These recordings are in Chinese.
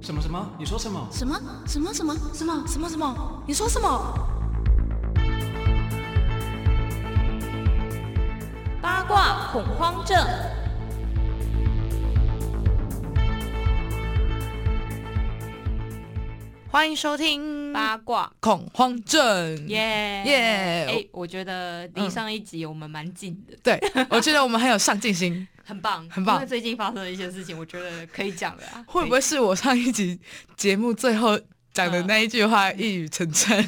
什么什么？你说什么？什么什么什么什么什么什么？你说什么？八卦恐慌症。欢迎收听嗯八卦，恐慌症。耶耶哎，我觉得离嗯上一集我们蛮近的，对，我觉得我们很有上进心。 很棒，很棒因为最近发生的一些事情，我觉得可以讲了啊。会不会是我上一集节目最后讲的那一句话嗯一语成谶？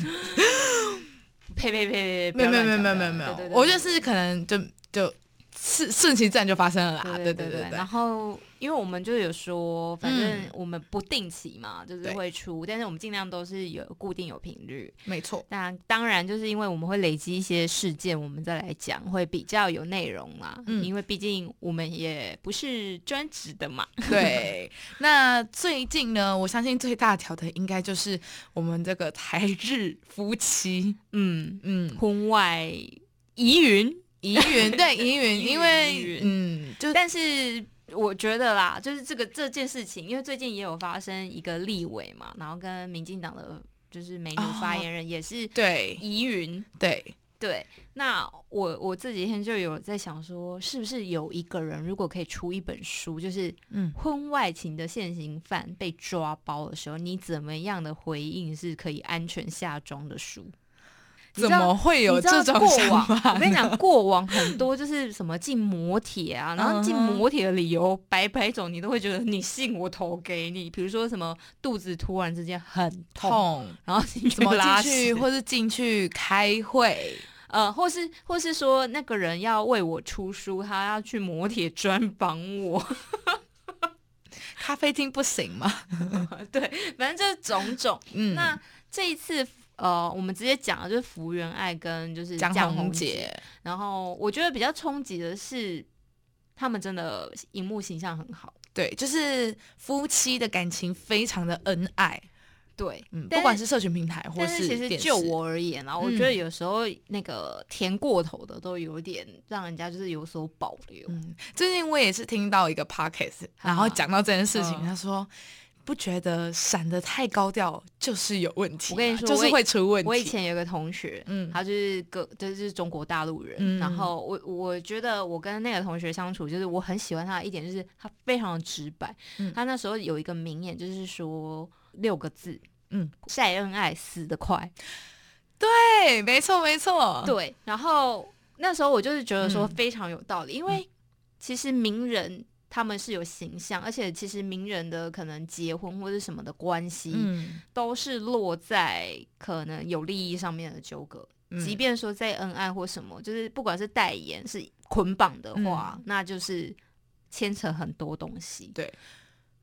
呸呸呸呸！没有没有没有不没要有乱讲没有没有对对，对我就是可能就就顺顺其自然就发生了啦。对啊对对对对然，后因为我们就有说，反正嗯我们不定期嘛，就是对会出，但是我们尽量都是有固定有频率。没 错。那当然就是因为我们会累积一些事件，我们再来讲会比较有内容啦。嗯因为毕竟我们也不是专职的嘛。对，那最近呢，我相信最大条的应该就是我们这个台日夫妻，嗯，嗯，婚外疑云，疑 云对疑疑云，云因疑为云嗯，就但是。我觉得啦，就是这个这件事情，因为最近也有发生一个立委嘛，然后跟民进党的就是美女哦发言人也是对疑云，对，对，那我我这几天就有在想说，是不是有一个人如果可以出一本书，就是嗯，婚外情的现行犯被抓包的时候，你怎么样的回应是可以安全下庄的书？你知怎道么会有你知道这种过想往，法？我跟你讲，过往很多就是什么进摩铁 啊，然后进嗯哼摩铁的理由百百种，你都会觉得你信我投给你。比如说什么肚子突然之间很痛，痛，然后你 怎么拉进去屎或是进去开会？呃，或是或是说那个人要为我出书，他要去磨铁专访我， 咖啡厅不行吗？对，反正就是种种。嗯，那这一次。呃，我们直接讲的就是福原爱跟就是江江宏杰，杰，然后我觉得比较冲击的是，他们真的荧幕形象很好，对，就是夫妻的感情非常的恩爱，对，嗯，但不管是社群平台或但是其实电视，就我而言啊，我嗯觉得有时候那个甜过头的都有点让人家就是有所保留，嗯，最近我也是听到一个 podcast，然后讲到这件事情，嗯他说。不觉得闪的太高调就是有问题啊、我跟你说就是会出问题。我以前有个同学，嗯他就是个就是中国大陆人，嗯然后我我觉得我跟那个同学相处，就是我很喜欢他的一点就是他非常的直白，嗯他那时候有一个名言就是说六个字，嗯，晒恩爱死得快，对，没错没错，对，然后那时候我就是觉得说哦嗯非常有道理，因为其实名人。他们是有形象，而且其实名人的可能结婚或者什么的关系，嗯，都是落在可能有利益上面的纠葛。嗯即便说在恩爱或什么，就是不管是代言是捆绑的话，嗯那就是牵扯很多东西。对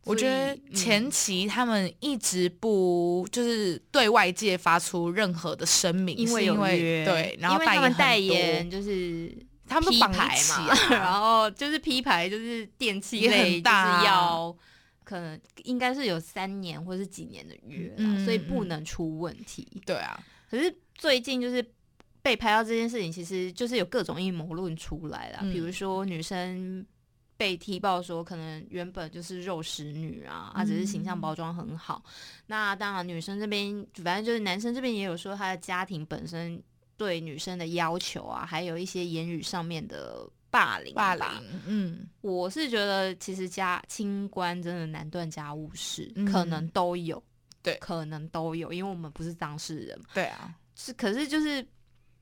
所我以，觉得前嗯期他们一直不就是对外界发出任何的声明，因是为因有约，对，然因后为他们代代言很多言就是。他们都批绑一牌起嘛，啊然后就是批牌，就是电器也很类，就大啊是要可能应该是有三年或是几年的约啦，嗯所以不嗯能出问题。 对 啊，可是最近就是被拍到这件事情，其实就是有各种阴谋论出来啦，嗯比如说女生被踢爆说可能原本就是肉食女啊，啊只是形象包装很好。那当然女生这边，反正就是男生这边也有说他的家庭本身对女生的要求啊，还有一些言语上面的。霸凌，霸凌。，嗯，我是觉得其实家清官真的难断家务事，可嗯能都有，对可能都有，因为我们不是当事人嘛对啊，是，可是就是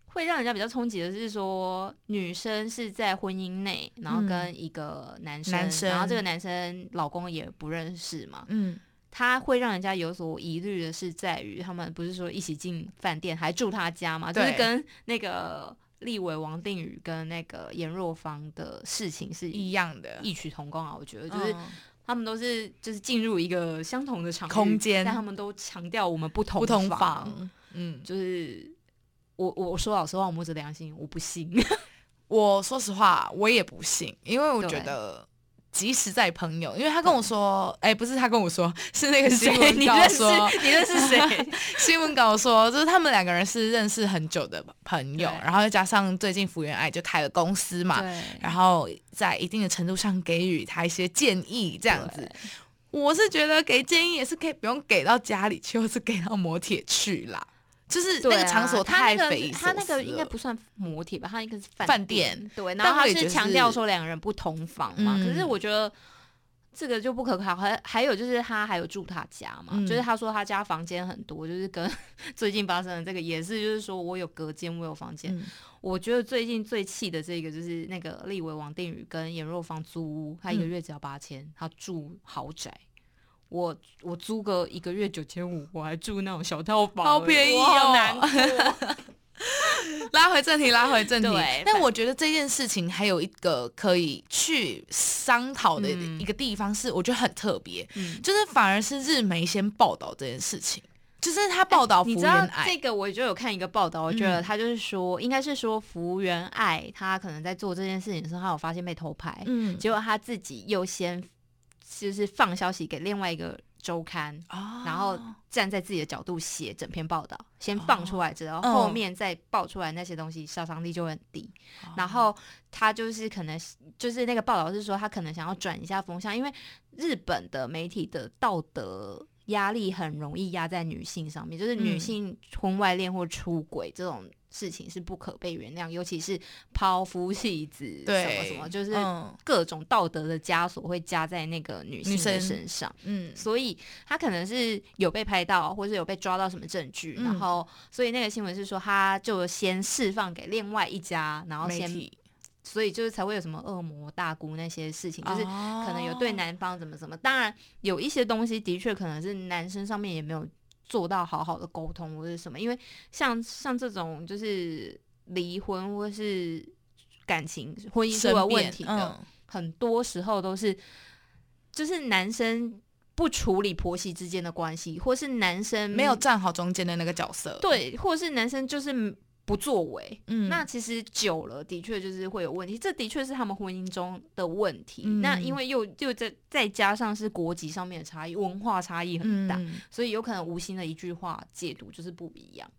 会让人家比较冲击的是说，女生是在婚姻内，然后跟一个男生，嗯男生然后这个男生老公也不认识嘛，嗯，他会让人家有所疑虑的是在于，他们不是说一起进饭店还住他家嘛，就是对跟那个立委王定宇跟那个严若芳的事情是一异样的，异曲同工啊，我觉得就是嗯他们都是就是进入一个相同的场域空间但他们都强调我们不同不同房房，嗯，就是我我我说老实话，我摸着良心，我不信。 我说实话，我也不信，因为我对觉得。即使在朋友，因为他跟我说，哎、不是他跟我说，是那个新谁闻你稿认识说， 你认识谁？新闻稿说，就是他们两个人是认识很久的朋友对，然后再加上最近福原爱就开了公司嘛，对，然后在一定的程度上给予他一些建议，这这样子。我是觉得给建议也是可以不用给到家里去，或是给到摩铁去啦。就是那对个啊场所他太那个匪夷他那所个思应该了不算摩铁吧，他应该是饭店。店对，然但后他他也觉是得强调是说两个人不同房嘛，可是嗯我觉得。这个就不可考，还还有就是他还有住他家嘛，嗯就是他说他家房间很多，就是跟 最近发生的这个也是，就是说我有隔间，我有房间。嗯我觉得最近最气的这个就是那个立委王定宇跟严若芳租屋，他一个嗯月只要八千、他住豪宅。我我租个一个月九千五，我还住那种小套房，好便宜我好哦难 过。拉回正题，拉回正题对。但我觉得这件事情还有一个可以去商讨的嗯一个地方是，我觉得很特别，嗯就是反而是日媒先报道这件事情，就是他报道福哎你知原道爱，这个，我就有看一个报道，我觉得他就是说，应该是说福原爱她可能在做这件事情的时候，她有发现被偷拍，嗯结果她自己又先就是放消息给另外一个周刊，哦嗯然后站在自己的角度写整篇报道，先放出来之后，嗯后面再爆出来那些东西，杀伤力就会很低。哦然后他就是可能就是那个报道是说，他可能想要转一下风向，因为日本的媒体的道德。压力很容易压在女性上面，就是女嗯性婚外恋或出轨这种事情是不可被原谅，尤其是抛夫弃子什么对什么，就是嗯各种道德的枷锁会加在那个女性女的生身上。嗯所以他可能是有被拍到，或者有被抓到什么证据，嗯然后所以那个新闻是说他就先释放给另外一家，然后媒先，体所以就是才会有什么恶魔大姑那些事情，就是可可能有对男方怎么怎么，当然有一些东西的确可能是男生上面也没有做到好好的沟通或者什么，因为像像这种就是离婚或是感情婚姻出了问题的，嗯哦很多时候都是，就是男生不处理婆媳之间的关系，或是男生没有站好中间的那个角色，，嗯对，或是男生就是不作为。嗯那其实久了，的确就是会有问题，这的确是他们婚姻中的问题。嗯那因为又又再再加上是国籍上面的差异，文化差异很大，嗯所以有可能无心的一句话解读就是不一样。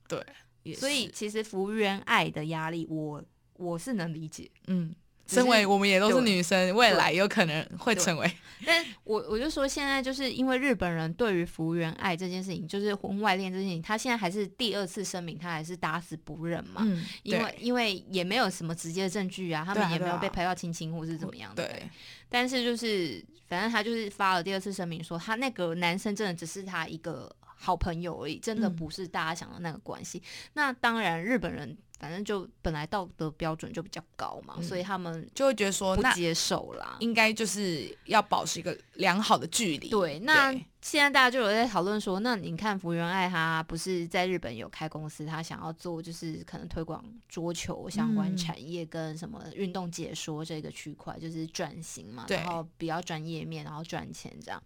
也所以是其实福原爱的压力我，我是能理解，嗯。只身为是我们也都是对女生，未来有可能会对成为但我我就说，现在就是因为日本人对于福原爱这件事情，就是婚外恋这件事情，他现在还是第二次声明，他还是打死不认嘛，嗯，因为对因为也没有什么直接的证据啊，他们对啊也没有对啊被拍到亲亲或是怎么样的。对，但是就是反正他就是发了第二次声明说，他那个男生真的只是他一个好朋友而已，真的嗯不是大家想的那个关系。那当然，日本人反正就本来道德标准就比较高嘛，嗯所以他们就会觉得说不那接受啦。应该就是要保持一个良好的距离。对，那现在大家就有在讨论说，那你看福原爱她不是在日本有开公司，她想要做就是可能推广桌球相关嗯产业跟什么运动解说这个区块，就是转型嘛，对然后比较专业面，然后赚钱这样。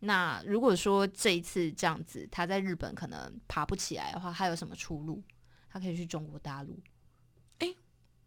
那如果说这一次这样子，她在日本可能爬不起来的话，她有什么出路？她可以去中国大陆，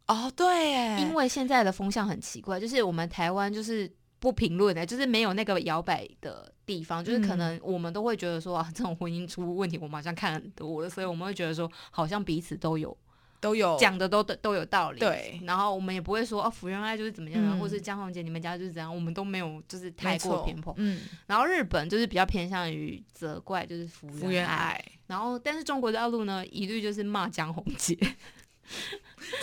哦，对耶，因为现在的风向很奇怪，就是我们台湾就是不评论的，就是没有那个摇摆的地方，就是可嗯能我们都会觉得说啊，这种婚姻出问题，我们好像看很多了，所以我们会觉得说，好像彼此都有都有讲的都都有道理。。哦对，然后我们也不会说哦，福原爱就是怎么样啊，嗯或是江宏杰你们家就是怎样，我们都没有就是太没过错偏颇。嗯，然后日本就是比较偏向于责怪就是福福原爱，爱然后但是中国大陆呢一律就是骂江宏杰。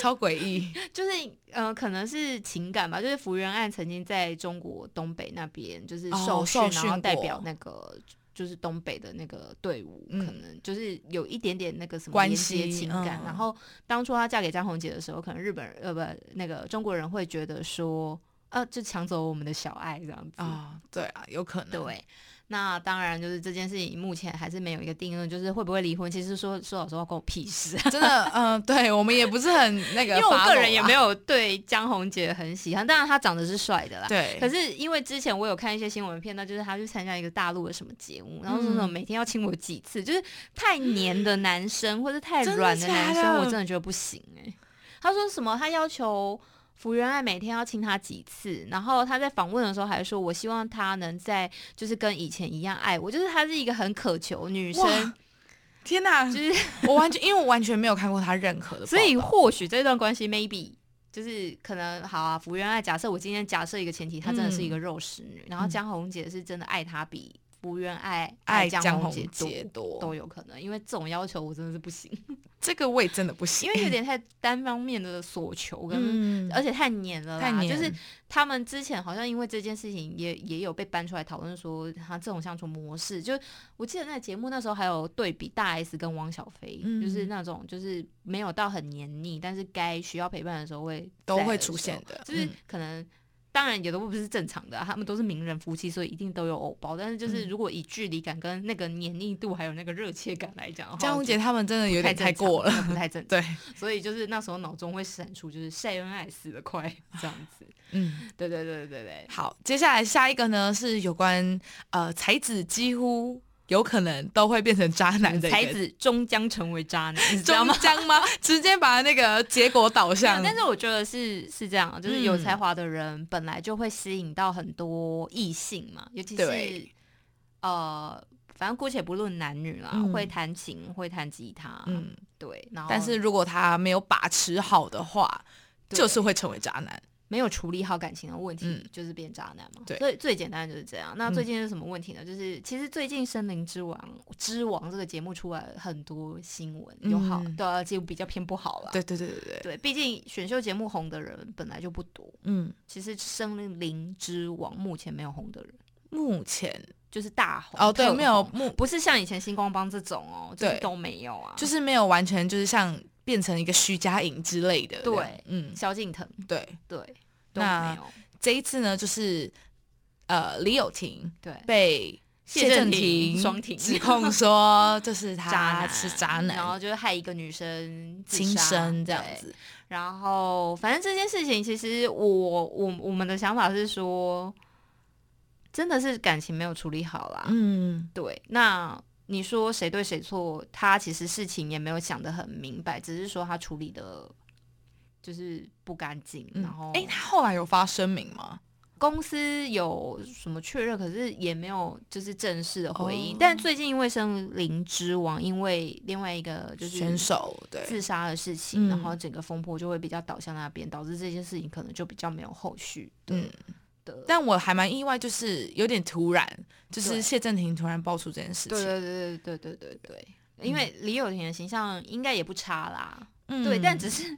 超诡异， 就是呃，可能是情感吧，就是福原爱曾经在中国东北那边就是哦受训，受训然后代过表那个就是东北的那个队伍，嗯可能就是有一点点那个什么关连接系情感。嗯然后当初她嫁给张宏杰的时候，可能日本人呃不那个中国人会觉得说，呃，就抢走我们的小爱这样子。啊、对啊，有可能，对，那当然就是这件事情目前还是没有一个定论，就是会不会离婚。其实说说老实话，关我屁事啊真的，嗯、对我们也不是很那个 follow 因为我啊啦，个人也没有对江宏杰很喜欢，当然他长得是帅的啦。对，可是是因为之前我有看一些新闻片段，就是他去参加一个大陆的什么节目，然后说什么嗯每天要亲我几次，就是太黏的男生或者太真的软的男假生，的我真的觉得不行哎、他说什么？他要求福原爱每天要亲他几次，然后他在访问的时候还说，我希望他能在就是跟以前一样爱我，就是他是一个很渴求女生哇，天哪，就是我完全因为我完全没有看过他任何的报道，所以或许这段关系 maybe 就是可能好啊，福原爱，假设我今天假设一个前提，她真的是一个肉食女，然后嗯江宏杰是真的爱她比福原爱爱江江宏杰杰多都有可能，因为这种要求我真的是不行， 这个我也真的不行，因为有点太单方面的索求跟。 嗯而且太黏了啦，太黏就是他们之前好像因为这件事情也也有被搬出来讨论说，他这种相处模式，就我记得那节目那时候还有对比大 S 跟汪小菲，嗯就是那种就是没有到很黏腻，但是该需要陪伴的时候会都在会的时出候现的，就是嗯可能。当然也都不是正常的啊、他们都是名人夫妻，所以一定都有偶包。但是就是嗯如果以距离感跟那个黏腻度还有那个热切感来讲的话，江宏杰我觉他们真的有得点太过了，正常，不太正常。对，所以就是那时候脑中会闪出就是晒恩爱死得快 这样子。嗯。对对对对对好，接下来下一个呢是有关呃才子几乎有可能都会变成渣男的对，一个嗯才子终将成为渣男，你知道终吗？ 将吗？直接把那个结果导没有向，但是我觉得是是这样，啊就是嗯有才华的人本来就会吸引到很多异性嘛，尤其是对呃，反正姑且不论男女啦，嗯会弹琴、会弹吉他，嗯，嗯，对，然后但是如果他没有把持好的话，对就是会成为渣男。没有处理好感情的问题，嗯就是变渣男嘛。对所以最简单的就是这样。那嗯最近是什么问题呢？就是其实最近《森林之王》之王这个节目出来了很多新闻，有好嗯的结果比较偏不好啦。对对对对对，对，毕竟选秀节目红的人本来就不多。嗯，其实《森林之王》目前没有红的人，目前就是大红哦对，特没有红目，不是像以前星光帮这种哦，就是对都没有啊。就是没有完全就是像变成一个徐佳莹之类的这样，对嗯，萧敬腾，对。对，都那没有。这一次呢，就是呃李友廷对，被谢谢振振廷廷双廷指控说，就是他渣是渣男，然后就是害一个女生自轻杀生这样。对子。然后反正这件事情，其实我我我们的想法是说，真的是感情没有处理好啦。嗯，对，那你说谁对谁错？他其实事情也没有想得很明白，只是说他处理的。就是不干净，嗯然后诶，他后来有发声明吗？公司有什么确认，可是也没有就是正式的回应。哦但最近因为《森林之王》，因为另外一个就是选手对，自杀的事情，嗯然后整个风波就会比较倒向那边，导致这件事情可能就比较没有后续的、嗯的。但我还蛮意外，就是有点突然，就是对谢振廷突然爆出这件事对情。对对对对对对对，因为李友廷的形象应该也不差啦，嗯对，但只是。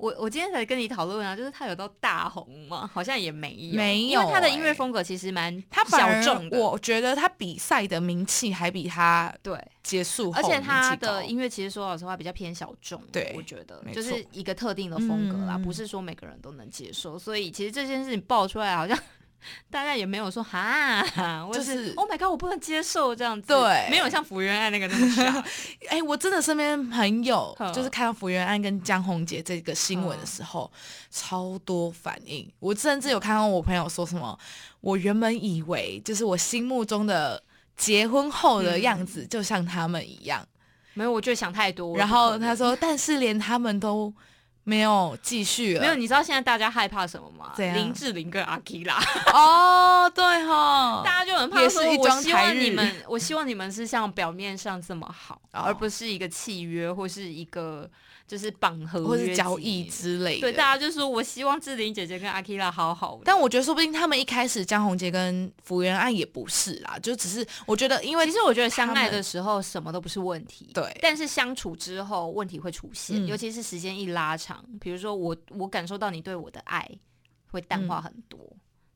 我我今天才跟你讨论啊，就是他有到大红吗？好像也没有，没因为他的音有乐欸风格其实蛮他小反众而的，我觉得他比赛的名气还比他对，结束后而且名气他的高音乐其实说老实话比较偏小众，对我觉得没就错是一个特定的风格啦，嗯嗯嗯不是说每个人都能接受。所以其实这件事情爆出来，好像大家也没有说哈，或者就是 Oh my God，我不能接受这样子，对没有像福原爱那个那么 傻，哎、我真的身边朋友嗯就是看到福原爱跟江宏杰这个新闻的时候，超多反应。我甚至有看到我朋友说什么，我原本以为就是我心目中的结婚后的样子，就像他们一样。没嗯有，我就想太多。然不可后能他。说，但是连他们都没有继续了。没有，你知道现在大家害怕什么吗？怎样林志玲跟阿基拉，哦，对哈，大家就很怕也说，是一我桩希台望你日们，我希望你们是像表面上这么好，哦而不是一个契约或是一个就是绑合或约是交易之之类的。对，大家就说我希望志玲姐姐跟阿 k i a 好好的。但我觉得说不定他们一开始江宏杰跟福原爱也不是啦，就只是我觉得因为其实我觉得相他爱们的时候什么都不是问题，对但是相处之后问题会出现，嗯尤其是时间一拉长，比如说我我感受到你对我的爱会淡嗯化很多，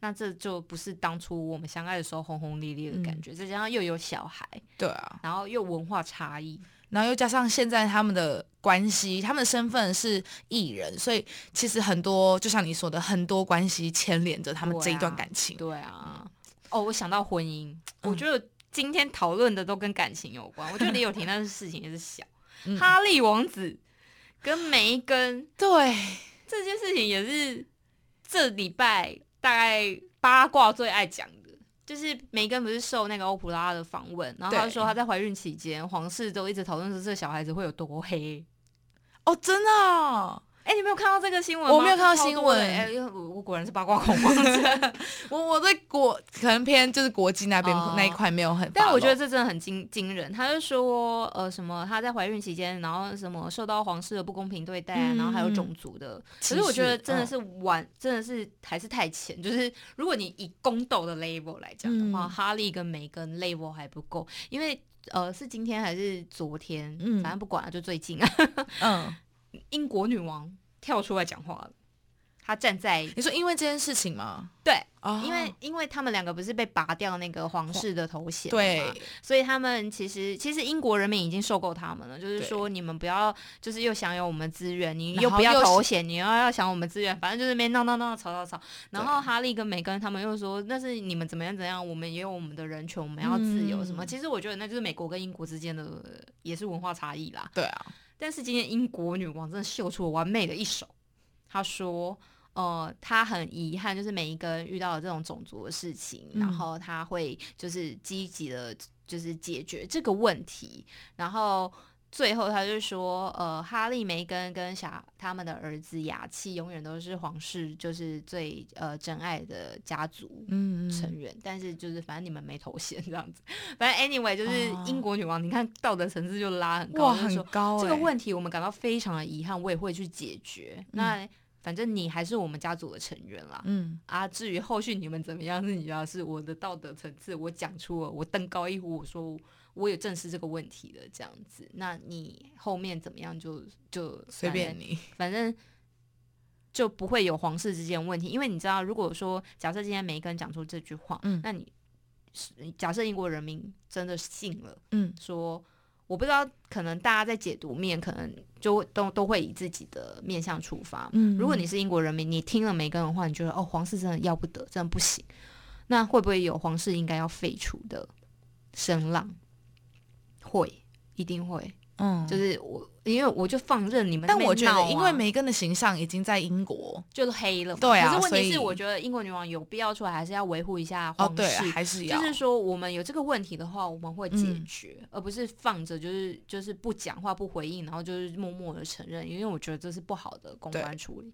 那这就不是当初我们相爱的时候轰轰烈烈的嗯感觉。再加上又有小孩，对啊，然后又文化差异，然后又加上现在他们的关系，他们的身份是艺人，所以其实很多就像你说的，很多关系牵连着他们对啊这一段感情。对嗯啊，哦，我想到婚姻，我觉得今天讨论的都跟感情有关。我觉得李友廷那件事情也是小， 嗯哈利王子跟梅根对，这件事情也是这礼拜大概八卦最爱讲的。就是梅根不是受那个欧普拉的访问，然后他对说她在怀孕期间，皇室都一直讨论说这个小孩子会有多黑，哦，真的哦、哎、你没有看到这个新闻吗？我没有看到超多新闻的哎、我我果然是八卦恐 慌症。我我对国可能偏就是国际那边、哦那一块没有很 follow，但我觉得这真的很惊惊人。他就说，呃，什么她在怀孕期间，然后什么受到皇室的不公平对待啊，嗯然后还有种族的。歧可视是我觉得真的嗯是晚，真的是还是太浅。就是如果你以宫斗的 label 来讲的话，嗯哈利跟梅根 label 还不够，因为呃是今天还是昨天，嗯反正不管了，就最近啊， 嗯，英国女王跳出来讲话了，她站在你说因为这件事情吗？对。哦，因为因为他们两个不是被拔掉那个皇室的头衔对嘛，所以他们其实其实英国人民已经受够他们了，就是对说你们不要就是又享有我们资源，你然又后不要又头是衔，你又要享我们资源，反正就是没闹闹闹吵吵吵。然对后哈利跟梅根他们又说那是你们怎么样怎么样，我们也有我们的人权，我们要自由什么。嗯其实我觉得那就是美国跟英国之间的呃也是文化差异啦。对啊，但是今天英国女王真的秀出了完美的一手，她说。呃，她很遗憾，就是每一个人遇到这种种族的事情，嗯然后她会就是积极的，就是解决这个问题。然后最后她就说，呃，哈利、梅根跟小他们的儿子雅契永远都是皇室就是最呃真爱的家族嗯，成员，但是就是反正你们没头衔这样子。反正 anyway，就是哦英国女王，你看道德层次就拉很高，哇，就是很说高、欸、这个问题我们感到非常的遗憾，我也会去解决。那反正你还是我们家族的成员啦。嗯，啊，至于后续你们怎么样是你家的事，我的道德层次我讲出了，我登高一呼，我说我有正视这个问题的这样子。那你后面怎么样就就随便你，你，反正就不会有皇室之间的问题，因为你知道，如果说假设今天梅根讲出这句话，嗯那你假设英国人民真的信了。嗯，说，我不知道，可能大家在解读面，可能就都都会以自己的面向出发。嗯如果你是英国人民，你听了梅根的话，你觉得哦，皇室真的要不得，真的不行，那会不会有皇室应该要废除的声浪？会，一定会。嗯，就是我，因为我就放任你们在但那边闹啊、我觉得，因为梅根的形象已经在英国，就是黑了嘛。对啊可是问所题以是，我觉得英国女王有必要出来，还是要维护一下皇哦，室。对，还是要，就是说，我们有这个问题的话，我们会解嗯决，而不是放着就是就是不讲话、不回应，然后就是默默的承认，因为我觉得这是不好的公关处理。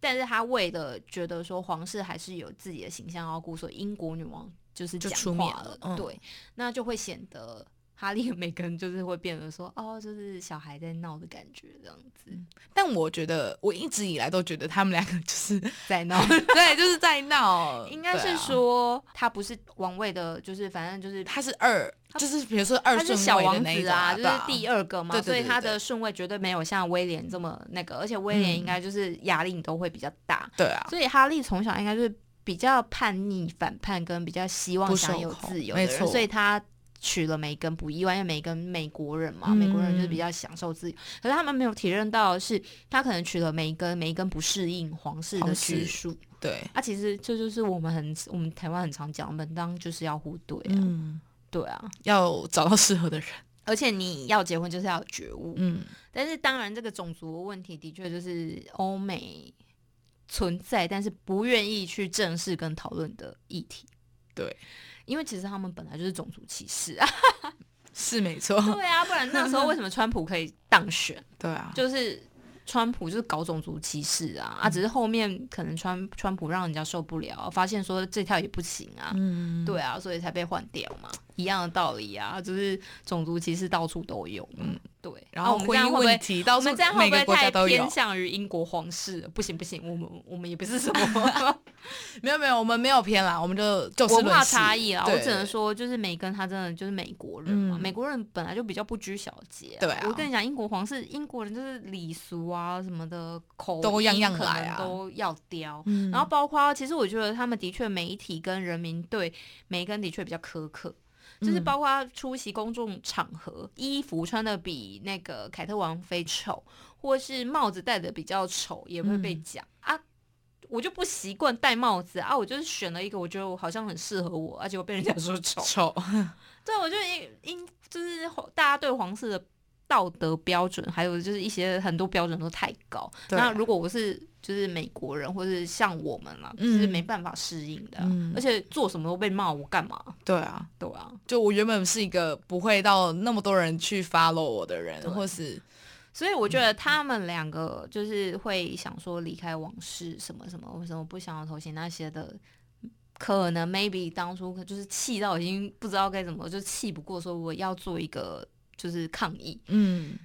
但是他为了觉得说皇室还是有自己的形象要顾，所以英国女王就是就讲出话面了了，嗯对，那就会显得。哈利和梅根就是会变得说，哦，就是小孩在闹的感觉，这样子但我觉得我一直以来都觉得他们两个就是在闹。对，就是在闹， 应该对是啊说他不是王位的，就是反正就是他是二，就是比如说二他是顺小位的王那一子种啊，就是二。第二个嘛，对对所以对他对嗯的顺位绝对没有像威廉这么那个，而且威廉应该就是压力都会比较大，对啊，所以哈利从小应该就是比较叛逆、反叛，跟比较希望不享受有控自由的没人，错所以他。娶了梅根不意外，因为梅根美国人嘛，嗯美国人就是比较享受自由。可是他们没有体认到的是，他可能娶了梅根，梅根不适应皇室的皇室拘束。对，啊，其实这就是我们很我们台湾很常讲，门当就是要互怼啊，嗯，对啊。要找到适合的人，而且你要结婚就是要有觉悟，嗯，但是当然，这个种族的问题的确就是欧美存在，但是不愿意去正视跟讨论的议题。对，因为其实他们本来就是种族歧视 啊。是没错，对啊，不然那时候为什么川普可以当选？对啊，就是川普就是搞种族歧视啊，啊，只是嗯后面可能川川普让人家受不了，发现说这条也不行啊。嗯，对啊，所以才被换掉嘛，一样的道理啊，就是种族歧视到处都有嘛。嗯对，然啊后我们这婚样姻会不会问题，到我处们这样会每不个会国家太都有偏，向于英国皇室了？不行不行，我们我们也不是什 么没有没有，我们没有偏啦，我们就就事文论化事差异啦。对我只能说，就是梅根他真的就是美国人嘛，嗯美国人本来就比较不拘小节、对啊我跟你讲，英国皇室英国人就是礼俗啊什么的口都样音样可来能啊都要雕。嗯然后包括，其实我觉得他们的确媒体跟人民对梅根的确比较苛刻，就是嗯包括出席公众场合，衣服穿的比那个凯特王妃丑，或是帽子戴的比较丑，也会嗯被讲、啊。我就不习惯戴帽子啊，我就是选了一个我觉得我好像很适合我，而且我被人家说丑。丑， 对，我觉得因因就是大家对皇室的道德标准，还有就是一些很多标准都太高。对那啊如果我是就是美国人，或是像我们啦，就是嗯没办法适应的啊、嗯而且做什么都被骂，我干嘛？对啊，对啊，就我原本是一个不会到那么多人去 follow 我的人对，或是所以我觉得他们两个就是会想说离开往事什么什么，为什么不想要头衔那些的，可能 maybe 当初可就是气到已经不知道该怎么，就气不过，说我要做一个就是抗议，嗯，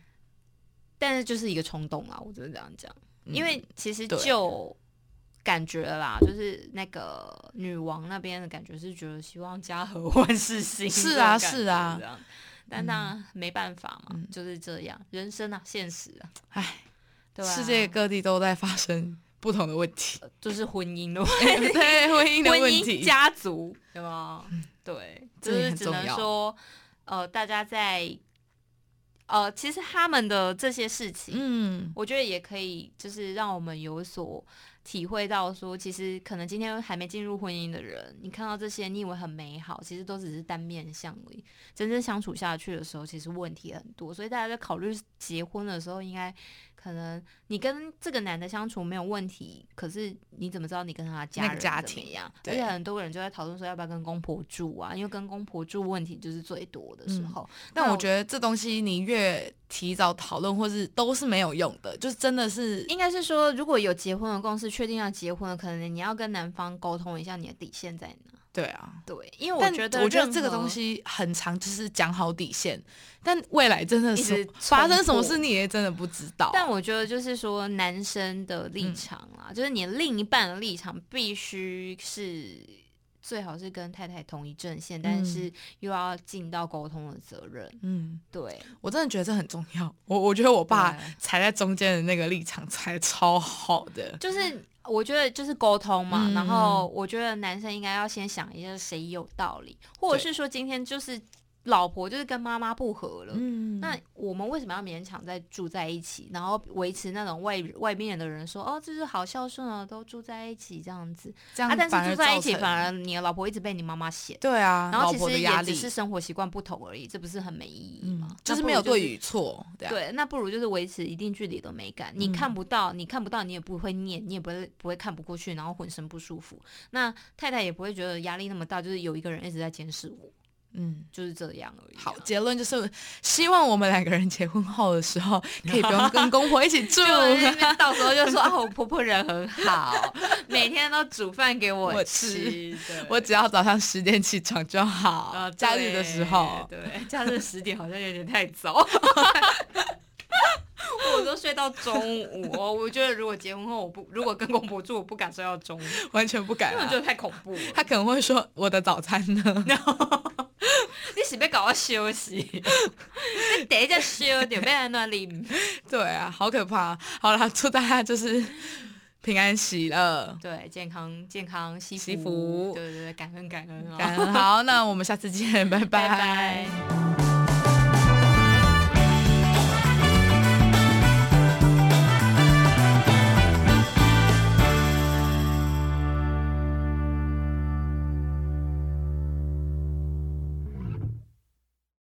但是就是一个冲动啦，我只能这样讲，嗯因为其实对就。感觉啦，就是那个女王那边的感觉是觉得希望家和万事兴，是啊这种感觉是啊这样但当然没办法嘛，嗯就是这样，人生啊，现实啊，唉，对吧、啊世界各地都在发生不同的 问题，就是婚姻的问题，对 婚姻的婚问姻、题，嗯家族，对吧？对，就这也是很只重能要说，呃，大家在，呃，其实他们的这些事情，嗯，我觉得也可以，就是让我们有所体会到说，其实可能今天还没进入婚姻的人，你看到这些，你以为很美好，其实都只是单面相而已。真正相处下去的时候，其实问题很多。所以大家在考虑结婚的时候，应该可能你跟这个男的相处没有问题，可是你怎么知道你跟他的家那人个家怎么样？而对且很多人就在讨论说，要不要跟公婆住啊？因为跟公婆住问题就是最多的时嗯候。但我得觉得这东西你越提早讨论，或是都是没有用的，就是真的是应该是说，如果有结婚的共识，确定要结婚了，可能你要跟男方沟通一下你的底线在哪。对啊，对，因为但觉得我觉得任这个何东西很长，就是讲好底线，但未来真的一是直 发冲生什么破事你也真的不知道。但我觉得就是说，男生的立场啦，就是你另一半的立场必须是最好是跟太太同一阵线，但嗯是又要尽到沟通的责任。嗯，对，我真的觉得这很重要。我我觉得我爸对啊踩在中间的那个立场踩得超好的。就是我觉得就是沟通嘛，嗯然后我觉得男生应该要先想一下谁有道理，或者是说今天就是老婆就是跟妈妈不和了。嗯那我们为什么要勉强在住在一起，然后维持那种外外面的人说哦，就是好孝顺哦，都住在一起这样子这样啊？但反是而住在一造起，成反而你的老婆一直被你妈妈嫌，对啊，然后老其婆实的压也力只是生活习惯不同而已，这不是很没意义吗嗯？，就是没有对与错，对那啊不如就是。对，那不如就是维持一定距离的美感。你看嗯不到，你看不到，你也不会念，你也不会不会看不过去，然后浑身不舒服。那太太也不会觉得压力那么大，就是有一个人一直在监视我，嗯。就是这样而已啊、好，结论就是希望我们两个人结婚后的时候，可以不用跟公婆一起住。就 那边到时候就说啊，我婆婆人很好，每天都煮饭给我我吃吃。对我只要早上十点起床就好。啊对假日的时候，对，假日十点好像有点太早。 我都睡到中午哦，我觉得如果结婚后我不，如果跟公婆住，我不敢睡到中午，因完全不敢、为我啊觉。得太恐怖了。他可能会说：“我的早餐 呢？” 你是要搞我休息？ 你等一下休，就要在那里。对啊，好可怕。好啦，祝大家就是平安喜 乐。对，健康健 康，惜惜福对对对，感恩感恩啊、感恩好，那我们下次见，拜拜拜